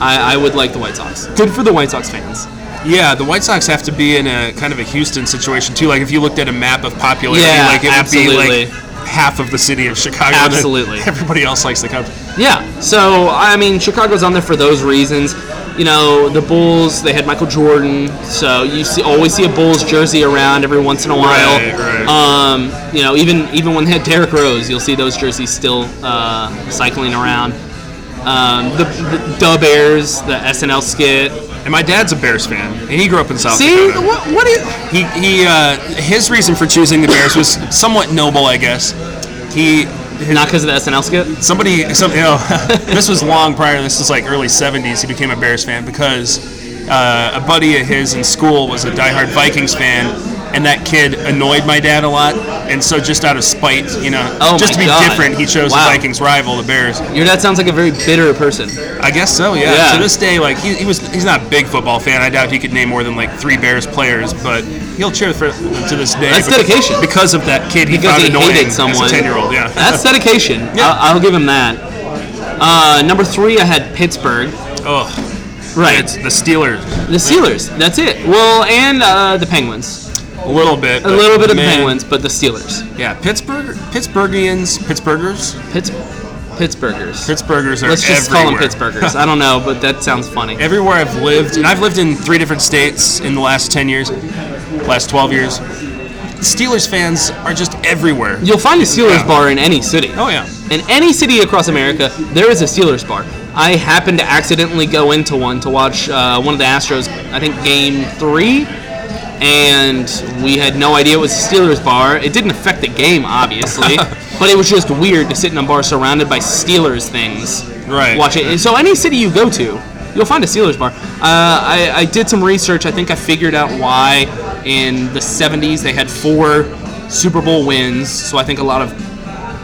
E: I, I would like the White Sox. Good for the White Sox fans.
D: Yeah, the White Sox have to be in a kind of a Houston situation too. Like if you looked at a map of popularity,
E: Yeah,
D: like it would
E: absolutely.
D: be like half of the city of Chicago.
E: Absolutely.
D: Everybody else likes the Cubs.
E: Yeah. So I mean, Chicago's on there for those reasons. You know, the Bulls. They had Michael Jordan, so you see always see a Bulls jersey around every once in a while.
D: Right, right.
E: Um, you know, even even when they had Derrick Rose, you'll see those jerseys still uh, cycling around. Um, the, the Dub Bears, the SNL skit.
D: And my dad's a Bears fan, and he grew up in South
E: See,
D: Dakota.
E: what what is?
D: He, he uh, his reason for choosing the Bears was somewhat noble, I guess. He
E: not because of the SNL skit.
D: Somebody, some, you know, [laughs] this was long prior. This was like early '70s. He became a Bears fan because uh, a buddy of his in school was a diehard Vikings fan, and that kid annoyed my dad a lot. And so, just out of spite, you know,
E: Oh my
D: just to be
E: God.
D: different, he chose
E: Wow.
D: the Vikings rival, the Bears.
E: Your dad sounds like a very bitter person.
D: I guess so. Yeah.
E: Yeah.
D: To this day, like he, he was, he's not a big football fan. I doubt he could name more than like three Bears players, but he'll cheer for them to this day.
E: That's
D: because-
E: dedication.
D: Because of that kid, he
E: because
D: found
E: he
D: annoying
E: hated someone.
D: as a ten-year-old. Yeah. [laughs]
E: that's dedication. I'll, I'll give him that. Uh, number three, I had Pittsburgh.
D: Oh,
E: right.
D: It's the Steelers.
E: The Steelers. That's it. Well, and uh, the Penguins.
D: A little bit.
E: A
D: but
E: little bit of the
D: man-
E: Penguins, but the Steelers.
D: Yeah, Pittsburgh, Pittsburghians, Pittsburghers,
E: Pitts, Pittsburghers.
D: Pittsburghers are
E: Let's just
D: everywhere.
E: call them
D: [laughs]
E: Pittsburghers. I don't know, but that sounds funny.
D: Everywhere I've lived, and I've lived in three different states in the last ten years, last twelve years. Steelers fans are just everywhere.
E: You'll find a Steelers bar in any city.
D: Oh yeah.
E: In any city across America, there is a Steelers bar. I happened to accidentally go into one to watch uh, one of the Astros, I think game three, and we had no idea it was a Steelers bar. It didn't affect the game,
D: [laughs]
E: obviously, but it was just weird to sit in a bar surrounded by Steelers things.
D: Right.
E: Watch it. So any city you go to, you'll find a Steelers bar. Uh, I, I did some research. I think I figured out why in the 70s they had four Super Bowl wins. So I think a lot of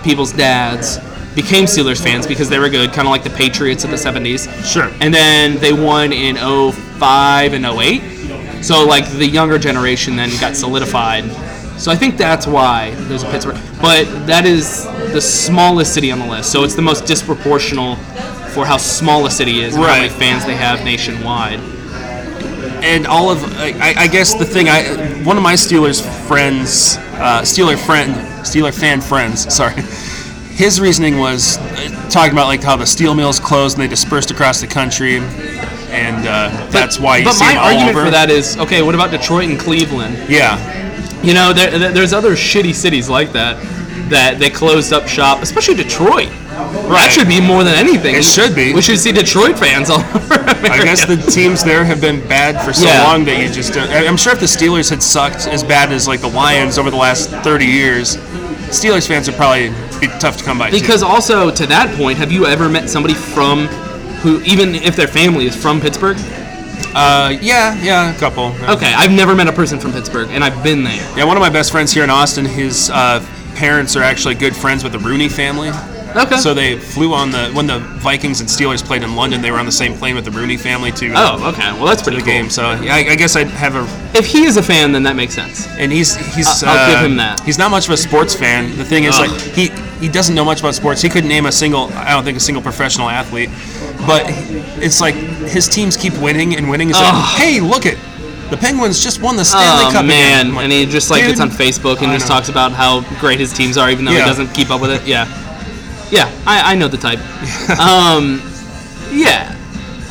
E: people's dads became Steelers fans because they were good, kind of like the Patriots of the 70s.
D: Sure.
E: And then they won in 05 and 08. So, like, the younger generation then got solidified. So, I think that's why there's a Pittsburgh. But that is the smallest city on the list. So, it's the most disproportional for how small a city is and how many
D: Right.
E: fans they have nationwide.
D: and all of I, I guess the thing I one of my Steelers friends, uh, Steeler friend, Steeler fan friends, [laughs] sorry. His reasoning was uh, talking about like how the steel mills closed and they dispersed across the country, and uh, that's why you
E: but
D: see
E: my
D: them all
E: argument
D: over.
E: for that is okay, what about Detroit and Cleveland?
D: yeah,
E: [laughs] You know, there, there- there's other shitty cities like that that they closed up shop, especially Detroit. That should be more than anything.
D: It should be.
E: We should see Detroit fans all [laughs] over
D: I guess the teams there have been bad for so
E: Yeah.
D: long that you just. Don't, I- I'm sure if the Steelers had sucked as bad as like the Lions over the last 30 years, Steelers fans would probably be tough to come by. too.
E: Because also to that point, have you ever met somebody from who, even if their family is from Pittsburgh?
D: Uh, yeah, yeah, a couple.
E: Okay, I've never met a person from Pittsburgh, and I've been there.
D: Yeah, one of my best friends here in Austin, his uh, parents are actually good friends with the Rooney family.
E: Okay.
D: So they flew on the when the Vikings and Steelers played in London. They were on the same plane with the Rooney family to.
E: Oh, okay. Well, that's pretty
D: the game. So yeah, I, I guess I'd have a.
E: If he is a fan, then that makes sense.
D: And he's he's.
E: I- I'll give him
D: that. He's not much of a sports fan. The thing is,
E: Ugh.
D: like he he doesn't know much about sports. He couldn't name a single. I don't think a single professional athlete. But it's like his teams keep winning and winning. It's like,
E: Ugh.
D: hey, look it. The Penguins just won the Stanley
E: oh
D: Cup
E: man,
D: again.
E: and he just like
D: Dude.
E: gets on Facebook and
D: I
E: just
D: know.
E: talks about how great his teams are, even though he
D: Yeah.
E: doesn't keep up
D: [laughs]
E: with it. Yeah, yeah, I, I know the type. um, yeah,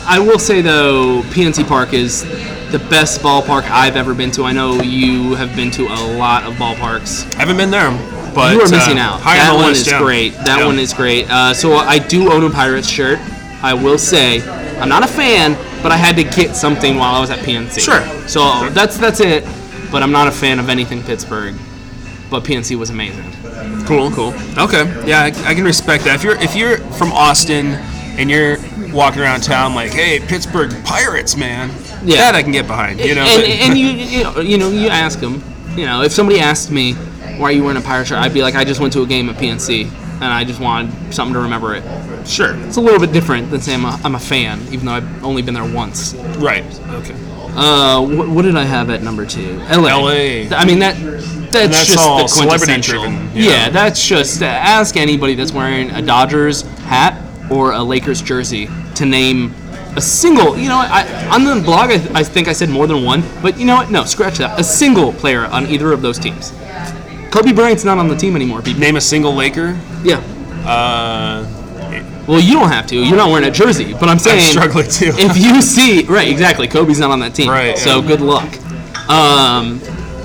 E: I will say though, PNC Park is the best ballpark I've ever been to. I know you have been to a lot of ballparks.
D: Haven't been there, but
E: you are
D: uh,
E: missing out.
D: high on
E: That
D: the
E: one
D: list,
E: is
D: yeah.
E: great. That
D: Yeah.
E: one is great. Uh, so I do own a Pirates shirt. I will say, I'm not a fan, but I had to get something while I was at PNC.
D: Sure.
E: So that's that's it. But I'm not a fan of anything Pittsburgh. But PNC was amazing.
D: Cool, cool. Okay, yeah, I, I can respect that. If you're if you're from Austin and you're walking around town like, hey, Pittsburgh Pirates, man,
E: Yeah.
D: that I can get behind. You know,
E: and,
D: but-
E: and you you know, you know you ask them. You know, if somebody asked me why are you wearing a pirate shirt, I'd be like, I just went to a game at PNC and I just wanted something to remember it.
D: [laughs] Sure.
E: It's a little bit different than saying I'm a, I'm a fan, even though I've only been there once.
D: Right. Okay.
E: Uh, what, what did I have at number two? L.A.
D: LA.
E: I mean that. That's,
D: And that's
E: just
D: all
E: the quintessential.
D: celebrity-driven,
E: yeah.
D: yeah.
E: that's just uh, ask anybody that's wearing a Dodgers hat or a Lakers jersey to name a single. You know, what, I, on the blog, I, I think I said more than one, but you know what? No, scratch that. A single player on either of those teams. Kobe Bryant's not on the team anymore. People.
D: Name a single Laker.
E: Yeah.
D: Uh,
E: Well, you don't have to. You're not wearing a jersey, but I'm saying
D: struggling too.
E: if
D: [laughs]
E: you see, right, exactly, Kobe's not on that team.
D: Right,
E: So
D: yeah.
E: good luck. Um,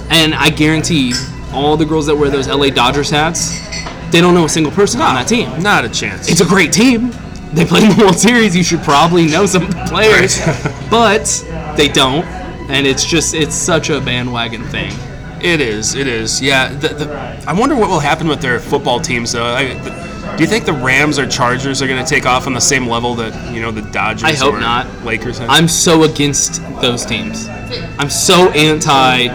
E: and I guarantee all the girls that wear those LA Dodgers hats, they don't know a single person on that team.
D: Not a chance.
E: It's a great team. They play in the [laughs] World Series. You should probably know some of the players,
D: [laughs]
E: but they don't. And it's just it's such a bandwagon thing.
D: It is. It is. Yeah. The, the, I wonder what will happen with their football teams, though. I, the, do you think the Rams or Chargers are going to take off on the same level that you know the Dodgers?
E: I hope
D: or
E: not.
D: Lakers. have?
E: I'm so against those teams. I'm so anti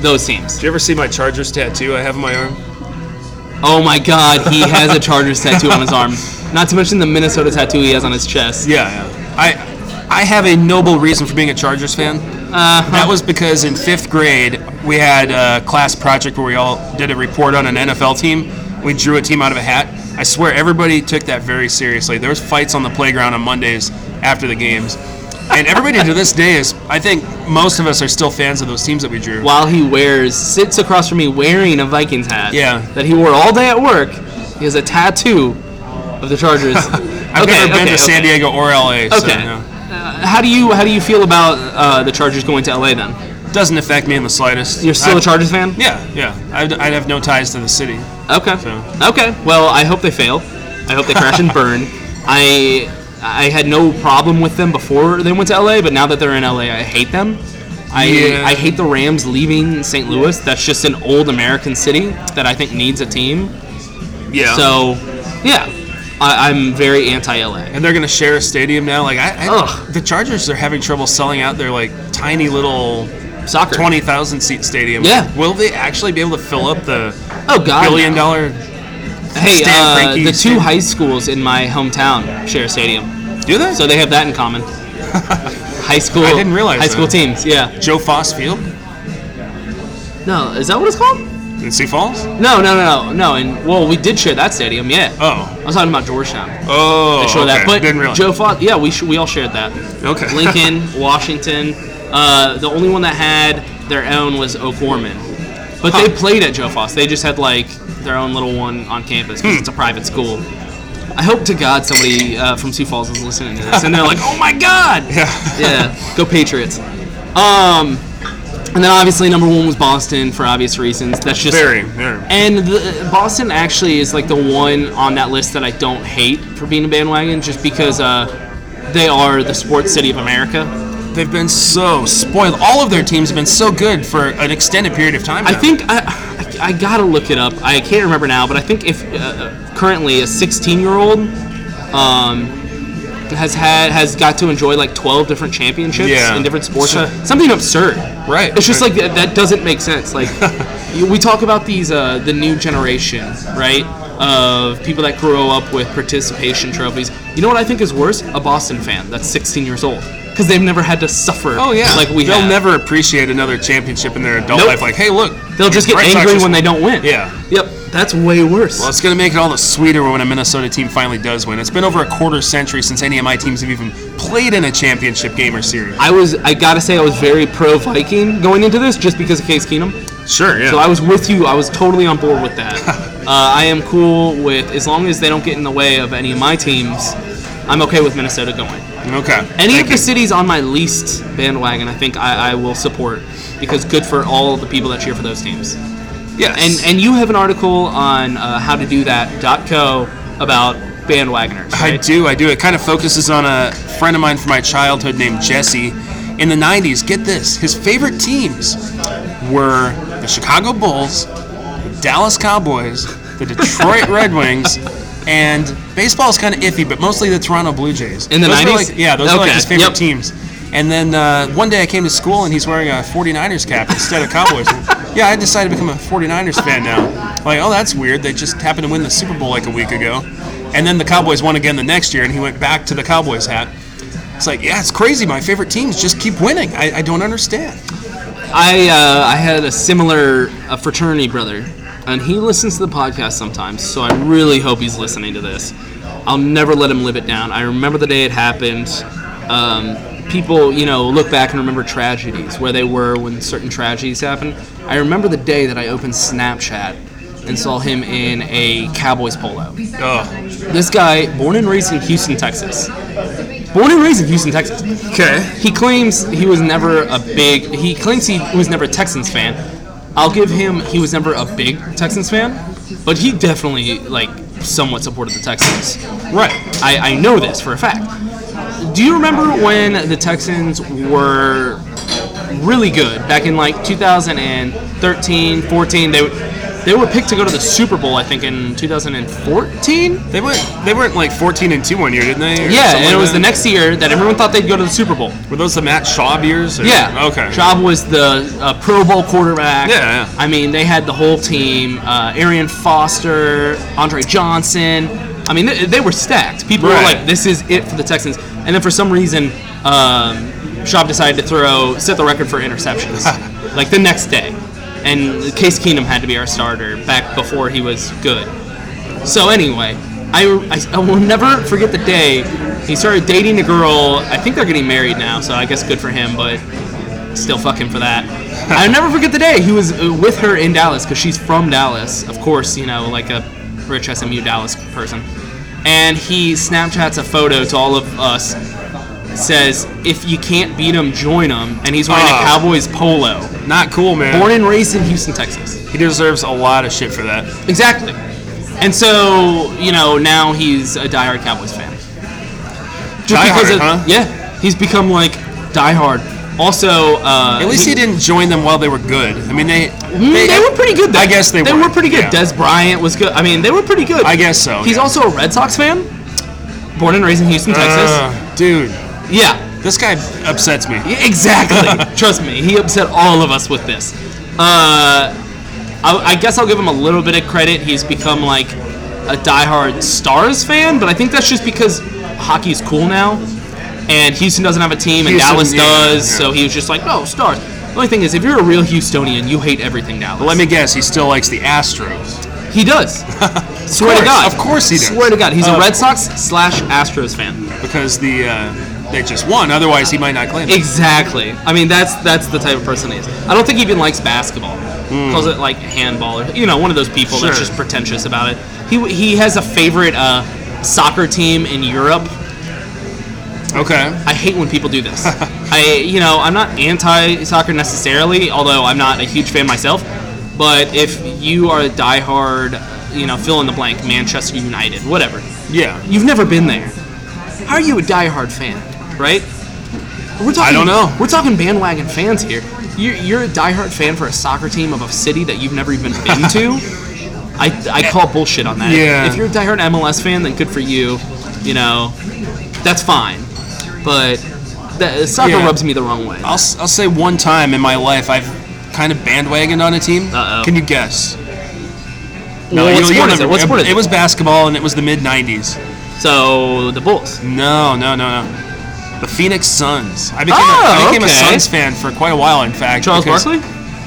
E: those teams. Did
D: you ever see my Chargers tattoo I have on my arm?
E: Oh my God, he has a Chargers tattoo on his arm. Not to mention the Minnesota tattoo he has on his chest.
D: Yeah, yeah. I I have a noble reason for being a Chargers fan. That was because in fifth grade we had a class project where we all did a report on an NFL team. We drew a team out of a hat. I swear everybody took that very seriously. There was fights on the playground on Mondays after the games, and everybody to this day is. I think most of us are still fans of those teams that we drew.
E: While he wears, sits across from me wearing a Vikings hat.
D: Yeah.
E: That he wore all day at work. He has a tattoo of the Chargers.
D: [laughs] I've never been to San Diego or LA.
E: Okay.
D: So, no.
E: Uh, how do you how do you feel about uh, the Chargers going to LA then?
D: Doesn't affect me in the slightest.
E: You're still
D: I-
E: a Chargers fan?
D: Yeah, yeah. I'd, I'd have no ties to the city.
E: Okay. Okay. Well, I hope they fail. I hope they crash
D: [laughs]
E: and burn. I I had no problem with them before they went to LA, but now that they're in LA, I hate them. I
D: Yeah.
E: I hate the Rams leaving St. Louis. That's just an old American city that I think needs a team.
D: Yeah.
E: So, yeah, I, I'm very anti LA.
D: and they're gonna share a stadium now. Like I, I the Chargers are having trouble selling out their like tiny little
E: soccer
D: twenty thousand seat stadium.
E: Yeah.
D: will they actually be able to fill up the
E: Oh, God,
D: billion
E: no.
D: dollar?
E: Hey,
D: Stan
E: uh,
D: Franke
E: the two
D: stadium?
E: high schools in my hometown share a stadium.
D: Do they?
E: So they have that in
D: [laughs]
E: common. high school.
D: I didn't realize
E: High school
D: that.
E: teams. Yeah.
D: Joe Foss Field
E: No, is that what it's called?
D: in Sioux Falls.
E: No, no, no, no, no. And well, we did share that stadium, yeah.
D: Oh.
E: I was talking about Georgetown.
D: Oh,
E: I showed that,
D: okay.
E: but
D: didn't realize.
E: Joe Fox. Yeah, we sh- we all shared that.
D: Okay.
E: Lincoln, Washington. Uh, the only one that had their own was O'Gorman, but they played at Joe Foss. They just had like their own little one on campus
D: Hmm.
E: because it's a private school. I hope to God somebody uh, from Sioux Falls is listening to this and they're like, "Oh my
D: [laughs]
E: God!"
D: [laughs] Yeah.
E: yeah, go Patriots. Um, and then obviously number one was Boston for obvious reasons. That's just
D: Very, very.
E: And the, Boston actually is like the one on that list that I don't hate for being a bandwagon, just because uh, they are the sports city of America.
D: They've been so spoiled. All of their teams have been so good for an extended period of time.
E: I
D: now.
E: think I, I, I gotta look it up. I can't remember now, but I think if uh, currently a 16 year old um, has had has got to enjoy like 12 different championships
D: Yeah.
E: in different sports,
D: Sure.
E: something absurd.
D: Right,
E: It's just
D: right.
E: like that, that doesn't make sense.
D: [laughs]
E: Like you- we talk about these uh, the new generation, right? Of people that grow up with participation trophies. You know what I think is worse? A Boston fan that's 16 years old. Because because they've never had to suffer.
D: Oh yeah,
E: like we
D: they'll
E: have.
D: never appreciate another championship in their adult
E: Nope.
D: life. Like, hey, look,
E: They'll just get
D: Red Sox
E: angry
D: just
E: when they
D: won.
E: don't win.
D: Yeah.
E: Yep. That's way worse.
D: Well, it's going to make it all the sweeter when a Minnesota team finally does win. It's been over a quarter century since any of my teams have even played in a championship game or series.
E: I was I gotta say I was very pro Viking going into this just because of Case Keenum.
D: Sure, yeah.
E: So I was with you. I was totally on board with
D: [laughs]
E: that. uh, I am cool with as long as they don't get in the way of any of my teams. I'm okay with Minnesota going.
D: Okay.
E: Any of the cities on my least bandwagon, I think I, I will support because good for all the people that cheer for those teams.
D: Yes.
E: And and you have an article on uh, how to do that.co about bandwagoners.
D: I do, I do. It kind of focuses on a friend of mine from my childhood named Jesse. In the 90s, get this, his favorite teams were the Chicago Bulls, the Dallas Cowboys,
E: [laughs]
D: the Detroit Red Wings, and baseball's kind of iffy, but mostly the Toronto Blue Jays.
E: In the
D: Those were
E: 90s?
D: like- yeah, those were like
E: Okay,
D: his favorite
E: yep.
D: teams. And then uh, one day I came to school and he's wearing a 49ers cap instead
E: [laughs]
D: of Cowboys. yeah, I decided to become a 49ers fan now. Like, oh, that's weird. They just happened to win the Super Bowl like a week ago. And then the Cowboys won again the next year and he went back to the Cowboys hat. It's like, yeah, it's crazy. My favorite teams just keep winning. I, I don't understand.
E: I uh, I had a similar uh fraternity brother, and he listens to the podcast sometimes. So I really hope he's listening to this. I'll never let him live it down. I remember the day it happened. Um, people, you know, look back and remember tragedies where they were when certain tragedies happened. I remember the day that I opened Snapchat and saw him in a Cowboys polo. This guy, born and raised in Houston, Texas, Born and raised in Houston, Texas. Okay. He claims he was never a big. He claims he was never a Texans fan. I'll give him. He was never a big Texans fan, but he definitely like somewhat supported the Texans. Right. I, I know this for a fact. Do you remember when the Texans were really good back in like 2013, 14? They were- they were picked to go to the Super Bowl, I think, in 2014.
D: They went. They weren't like 14 and two one year, didn't they? Or
E: Yeah,
D: something
E: and it
D: like
E: was
D: that?
E: the next year that everyone thought they'd go to the Super Bowl.
D: Were those the Matt Schaub years? or-
E: Yeah.
D: Okay.
E: Schaub was the uh, Pro Bowl quarterback.
D: Yeah, yeah.
E: I mean, they had the whole team: uh, Arian Foster, Andre Johnson. I mean, they, they were stacked. People were
D: Right.
E: like, "This is it for the Texans," and then for some reason, um, Schaub decided to throw set the record for
D: [laughs]
E: interceptions, like the next day, and Case Keenum had to be our starter back before he was good. So anyway, I, I, I will never forget the day he started dating a girl. I think they're getting married now, so I guess good for him, but still fuck him for that. I'll never forget the day he was uh, with her in Dallas because she's from Dallas, of course, you know, like a rich SMU Dallas person. And he Snapchats a photo to all of us, says, if you can't beat him, join him. And he's wearing
D: Oh.
E: a Cowboys polo.
D: Not cool, man.
E: Born and raised in Houston, Texas.
D: He deserves a lot of shit for that.
E: Exactly. And so, you know, now he's a diehard Cowboys fan.
D: Die
E: because
D: hard,
E: of-
D: huh?
E: Yeah. He's become like diehard. Also, uh,
D: At least he, didn't join them while they were good. I mean, they
E: Mm, they, were pretty good. Though.
D: I guess they
E: they
D: were.
E: were pretty good.
D: Yeah.
E: Des Bryant was good. I mean, they were pretty good.
D: I guess so.
E: He's
D: yeah.
E: also a Red Sox fan, born and raised in Houston, Texas.
D: Uh, dude,
E: yeah,
D: this guy upsets me.
E: Yeah,
D: [laughs]
E: Exactly. Trust me, he upset all of us with this. Uh, I, I guess I'll give him a little bit of credit. He's become like a diehard Stars fan, but I think that's just because hockey's cool now, and Houston doesn't have a team, and
D: Houston,
E: Dallas
D: yeah,
E: does.
D: yeah.
E: So he was just like, "Oh, Stars." The only thing is, if you're a real Houstonian, you hate everything Dallas.
D: But let me guess, he still likes the Astros.
E: He does. Swear to
D: course,
E: God.
D: of course he does.
E: Swear to God, he's
D: Of
E: a Red Sox slash Astros fan.
D: because the uh, they just won. Otherwise, he might not claim it.
E: Exactly. I mean, that's that's the type of person he is. I don't think he even likes basketball. Calls it like handball, or you know, one of those people that's
D: Hmm. Sure.
E: just pretentious about it. He he has a favorite uh, soccer team in Europe.
D: Okay.
E: I hate when people do
D: [laughs]
E: this. I you know I'm not anti soccer necessarily, although I'm not a huge fan myself. But if you are a diehard, you know, fill in the blank, Manchester United, whatever,
D: Yeah.
E: you've never been there. How are you a diehard fan, right? We're talking,
D: I don't know.
E: We're talking bandwagon fans here. You're, you're a diehard fan for a soccer team of a city that you've never even been
D: [laughs]
E: to. I, I call bullshit on that.
D: Yeah.
E: If you're a diehard MLS fan, then good for you. You know, that's fine. But that, soccer
D: Yeah.
E: rubs me the wrong way.
D: I'll, s- I'll say one time in my life I've kind of bandwagoned on a team.
E: Uh-oh.
D: Can you guess?
E: Well, what
D: you'll- you'll
E: sport is
D: never-
E: it? What sport is
D: It
E: it?
D: was basketball, and it was the mid '90s.
E: So the Bulls.
D: No, no, no, no. The Phoenix Suns. I became, a,
E: Oh,
D: I became
E: okay.
D: a Suns fan for quite a while, in fact.
E: Charles
D: because
E: Barkley?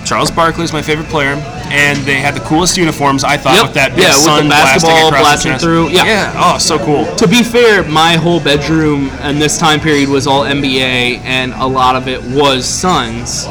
D: Charles Barkley is my favorite player, and they had the coolest uniforms, I thought,
E: Yep.
D: with that big
E: Yeah, with the
D: sun
E: basketball blasting
D: blasting, across the chest.
E: through. Yeah.
D: Oh, so cool.
E: To be fair, my whole bedroom in this time period was all NBA, and a lot of it was Suns.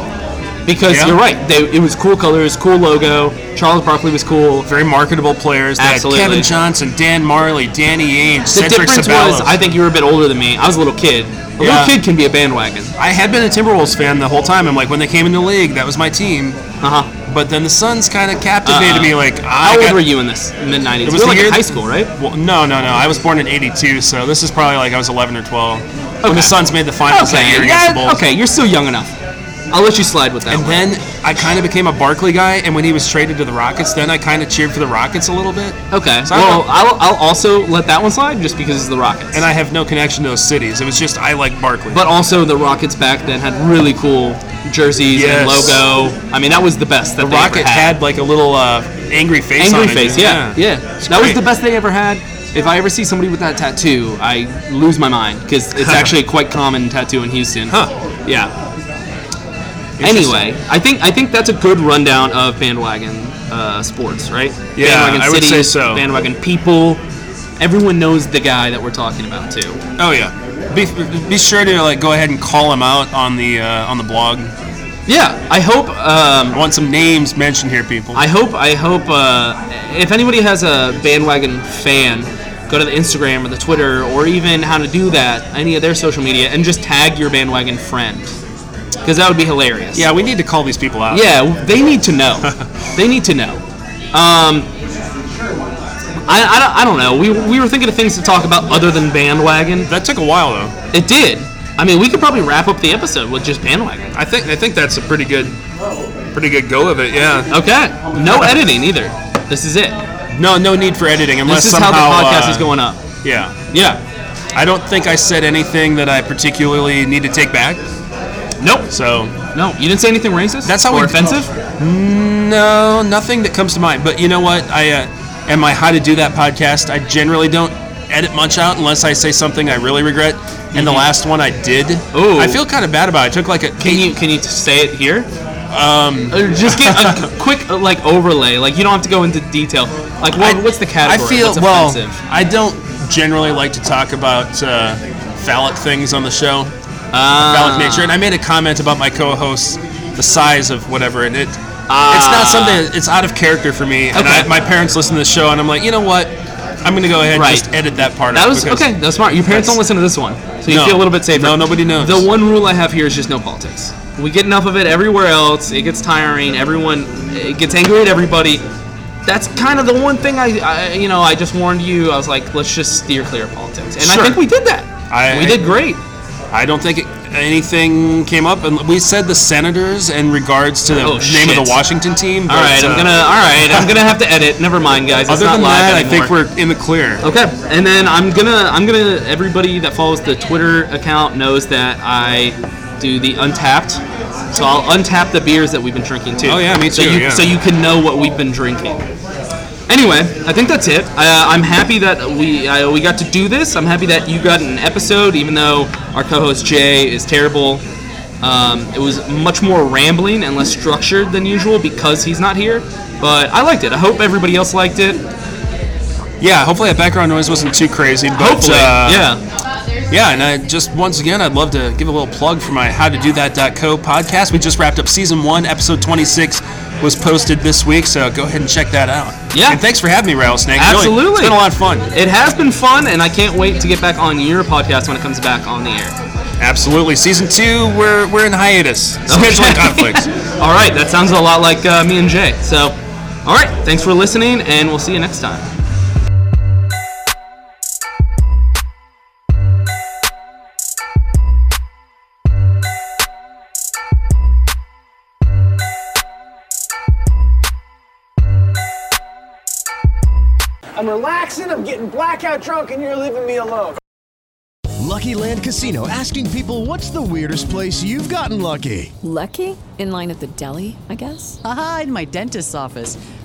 E: Because
D: Yeah.
E: you're right, they, it was cool colors, cool logo. Charles Barkley was cool.
D: Very marketable players. They had
E: Absolutely.
D: Kevin Johnson, Dan Marley, Danny Ainge,
E: the
D: Cedric
E: difference
D: Sabalos.
E: was, I think you were a bit older than me. I was a little kid. A
D: Yeah.
E: little kid can be a bandwagon.
D: I had been a Timberwolves fan the whole time. I'm like, when they came in the league, that was my team. Uh huh. But then the Suns kind of captivated
E: Uh-uh.
D: me. Like, I
E: Uh-huh. How old
D: got-
E: were you in this in the '90s?
D: It
E: we
D: was
E: were
D: the
E: like
D: year
E: in high school, right?
D: Well, no, no, no. I was born in '82, so this is probably like I was 11 or 12. When
E: Okay.
D: the Suns made the finals that year
E: Okay,
D: against
E: yeah,
D: the Bulls.
E: okay, you're still young enough. I'll let you slide with that.
D: And then I kind of became a Barkley guy, and when he was traded to the Rockets, then I kind of cheered for the Rockets a little bit.
E: Okay.
D: So I
E: well,
D: don't-
E: I'll, I'll also let that one slide just because it's the Rockets.
D: And I have no connection to those cities. It was just I like Barkley.
E: But also, the Rockets back then had really cool jerseys
D: Yes.
E: and logo. I mean, that was the best that
D: the
E: they ever
D: Rocket had. like a little uh, angry face.
E: angry
D: on it.
E: face. Yeah, yeah.
D: It's
E: That was
D: great.
E: the best they ever had. If I ever see somebody with that tattoo, I lose my mind because it's actually quite common tattoo in Houston. Huh. Yeah.
D: Interesting.
E: Anyway, I think I think that's a good rundown of bandwagon uh, sports, right?
D: Yeah,
E: bandwagon
D: I would say so.
E: Bandwagon people. Everyone knows the guy that we're talking about too.
D: Oh yeah. Be, be sure to like go ahead and call him out on the uh, on the blog.
E: Yeah, I hope. Um,
D: I want some names mentioned here, people.
E: I hope I hope uh, if anybody has a bandwagon fan, go to the Instagram or the Twitter or even how to do that any of their social media and just tag your bandwagon friend because that would be hilarious.
D: yeah, we need to call these people out.
E: Yeah, they need to
D: [laughs]
E: know. they need to know. Um, I, I, don't, I don't know. We, we were thinking of things to talk about other than bandwagon.
D: That took a while though.
E: It did. I mean, we could probably wrap up the episode with just bandwagon.
D: I think I think that's a pretty good pretty good go of it. Yeah.
E: Okay. No editing either. This is it.
D: No, no need for editing unless
E: this is
D: somehow.
E: how the podcast
D: uh,
E: is going up.
D: Yeah.
E: Yeah.
D: I don't think I said anything that I particularly need to take back.
E: Nope.
D: So
E: No, you didn't say anything racist.
D: That's how
E: or
D: we-
E: offensive.
D: no, nothing that comes to mind. But you know what? I uh, am my how to do that podcast. I generally don't edit much out unless I say something I really regret. And the last one I did.
E: Ooh.
D: I feel kind of bad about. it. I took like a
E: Can you can you say it here?
D: um.
E: Or just get
D: [laughs]
E: a quick uh, like overlay. Like you don't have to go into detail. Like what, what's the category?
D: I feel
E: what's
D: well.
E: offensive?
D: I don't generally like to talk about uh, phallic things on the show,
E: Ah.
D: phallic nature. And I made a comment about my co-host, the size of whatever, and it. it's not
E: Ah.
D: something. It's out of character for me. And I,
E: Okay.
D: my parents listen to the show, and I'm like, you know what? I'm gonna go ahead and
E: Right.
D: just edit that part.
E: That
D: out
E: was
D: because-
E: okay. That was smart. Your parents
D: That's-
E: don't listen to this one, so you
D: No.
E: feel a little bit safer.
D: No, nobody knows.
E: The one rule I have here is just no politics. We get enough of it everywhere else. It gets tiring. Everyone it gets angry at everybody. That's kind of the one thing I, I, you know, I just warned you. I was like, let's just steer clear of politics, and
D: Sure.
E: I think we did that.
D: I-
E: we did great.
D: I don't think it, anything came up, and we said the senators in regards to the
E: Oh,
D: name of
E: shit.
D: the Washington team.
E: All
D: but,
E: right,
D: uh,
E: I'm gonna. All right, I'm gonna have to edit. Never mind, guys. It's
D: Other
E: not
D: than
E: live
D: that, I
E: anymore.
D: think we're in the clear.
E: Okay, and then I'm gonna I'm gonna everybody that follows the Twitter account knows that I do the untapped. So I'll untap the beers that we've been drinking too.
D: Oh, yeah, me
E: So
D: too,
E: you,
D: yeah.
E: so you can know what we've been drinking. Anyway, I think that's it. Uh, I'm happy that we uh, we got to do this. I'm happy that you got an episode, even though our co-host Jay is terrible. Um, it was much more rambling and less structured than usual because he's not here. But I liked it. I hope everybody else liked it.
D: Yeah, hopefully that background noise wasn't too crazy. But,
E: Hopefully,
D: uh,
E: yeah.
D: Yeah, and I just once again, I'd love to give a little plug for my How to Do That.co podcast. We just wrapped up season one, episode 26 was posted this week, so go ahead and check that out.
E: Yeah.
D: And thanks for having me, Rattlesnake. Really,
E: Absolutely.
D: it's been a lot of fun.
E: It has been fun, and I can't wait to get back on your podcast when it comes back on the air.
D: Absolutely. Season two, we're, we're in hiatus. [laughs] Scheduling
E: Okay.
D: conflicts.
E: [laughs] all right, that sounds a lot like uh, me and Jay. So, all right, thanks for listening, and we'll see you next time.
H: I'm relaxing, I'm getting blackout drunk, and you're leaving me alone.
B: Lucky Land Casino asking people what's the weirdest place you've gotten lucky?
I: Lucky? In line at the deli, I guess? Aha, in my dentist's office.